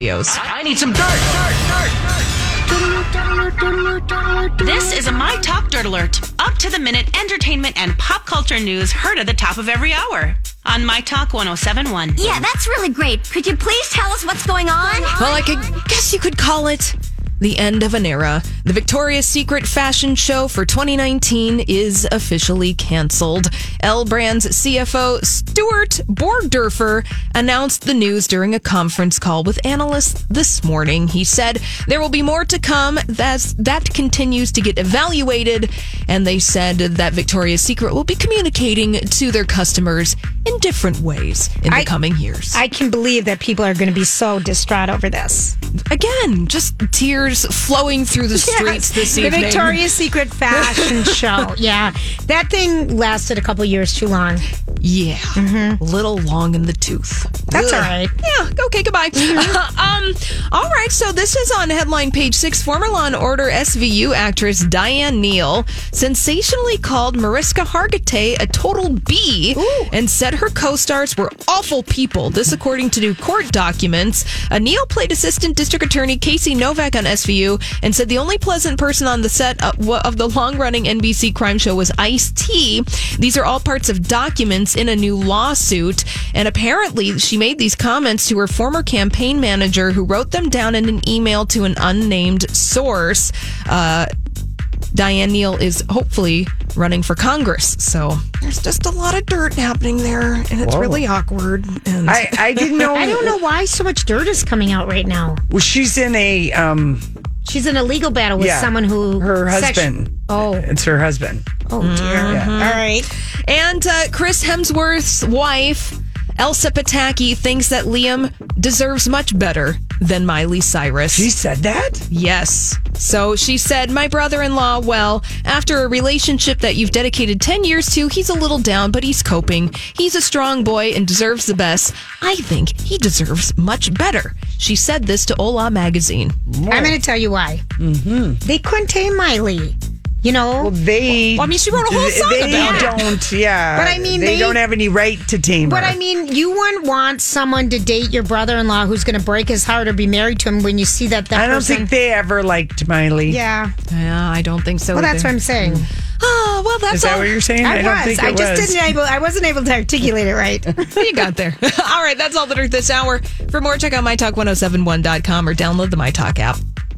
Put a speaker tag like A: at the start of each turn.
A: videos.
B: I need some dirt, dirt, dirt, dirt.
C: This is a My Talk Dirt Alert. Up to the minute entertainment and pop culture news heard at the top of every hour on My Talk 1071.
D: Yeah, that's really great. Could you please tell us what's going on?
A: Well, I could guess you could call it the end of an era. The Victoria's Secret fashion show for 2019 is officially canceled. L Brands CFO Stuart Borgdorfer announced the news during a conference call with analysts this morning. He said there will be more to come as that continues to get evaluated, and they said that Victoria's Secret will be communicating to their customers in different ways in the
E: I-
A: coming years.
E: I can believe that people are going to be so distraught over this.
A: Again, just tears flowing through the streets this
E: the
A: evening.
E: Victoria's Secret fashion show. Yeah, that thing lasted a couple years too long.
A: Yeah, a little long in the tooth.
E: Mm-hmm. That's all
A: Ugh.
E: right. Mm-hmm.
A: Yeah. Okay. Goodbye. um. All right. So this is on headline page six. Former Law and Order SVU actress Diane Neal sensationally called Mariska Hargitay a total B and said her co-stars were awful people. This, according to new court documents, Uh, Neal played Assistant District Attorney Casey Novak on SVU and said the only pleasant person on the set of of the long-running NBC crime show was Ice T. These are all parts of documents in a new lawsuit, and apparently she made these comments to her former campaign manager, who wrote them down in an email to an unnamed source. Uh, Diane Neal is hopefully running for Congress, so there's just a lot of dirt happening there, and it's really awkward. And
F: I, I didn't know.
E: I don't know why so much dirt is coming out right now.
F: Well, she's in a um.
E: She's in a legal battle with
F: Yeah,
E: someone who
F: Her
E: sex-
F: husband.
E: oh,
F: It's her husband.
E: oh dear.
F: Uh-huh.
E: All right.
A: And uh, Chris Hemsworth's wife, Elsa Pataki, thinks that Liam deserves much better than Miley Cyrus.
F: She said that.
A: yes. So she said, My brother in law, well, after a relationship that you've dedicated 10 years to, he's a little down, but he's coping. He's a strong boy and deserves the best. I think he deserves much better. She said this to Ola magazine.
E: I'm going to tell you why. Mm-hmm. They couldn't tame Miley. You know.
F: Well, they.
A: Well, I mean, she wrote a whole song
F: They
A: about it.
F: don't. Yeah.
E: But I mean,
F: they,
E: they-
F: don't have any right to tame
E: But
F: her.
E: I mean, you wouldn't want someone to date your brother-in-law who's going to break his heart or be married to him when you see that. that
F: I don't
E: person-
F: think they ever liked Miley.
E: Yeah.
A: Yeah, I don't think so.
E: Well, that's
A: either.
E: what I'm saying.
A: Oh, well, that's
F: Is that
A: all.
F: what you're saying? I,
E: I,
F: don't
E: was.
F: think it
E: I just
F: was.
E: didn't able. I wasn't able to articulate it right.
A: you got there. oh All right, that's all the dirt this hour. For more, check out mytalk1071.com or download the MyTalk app.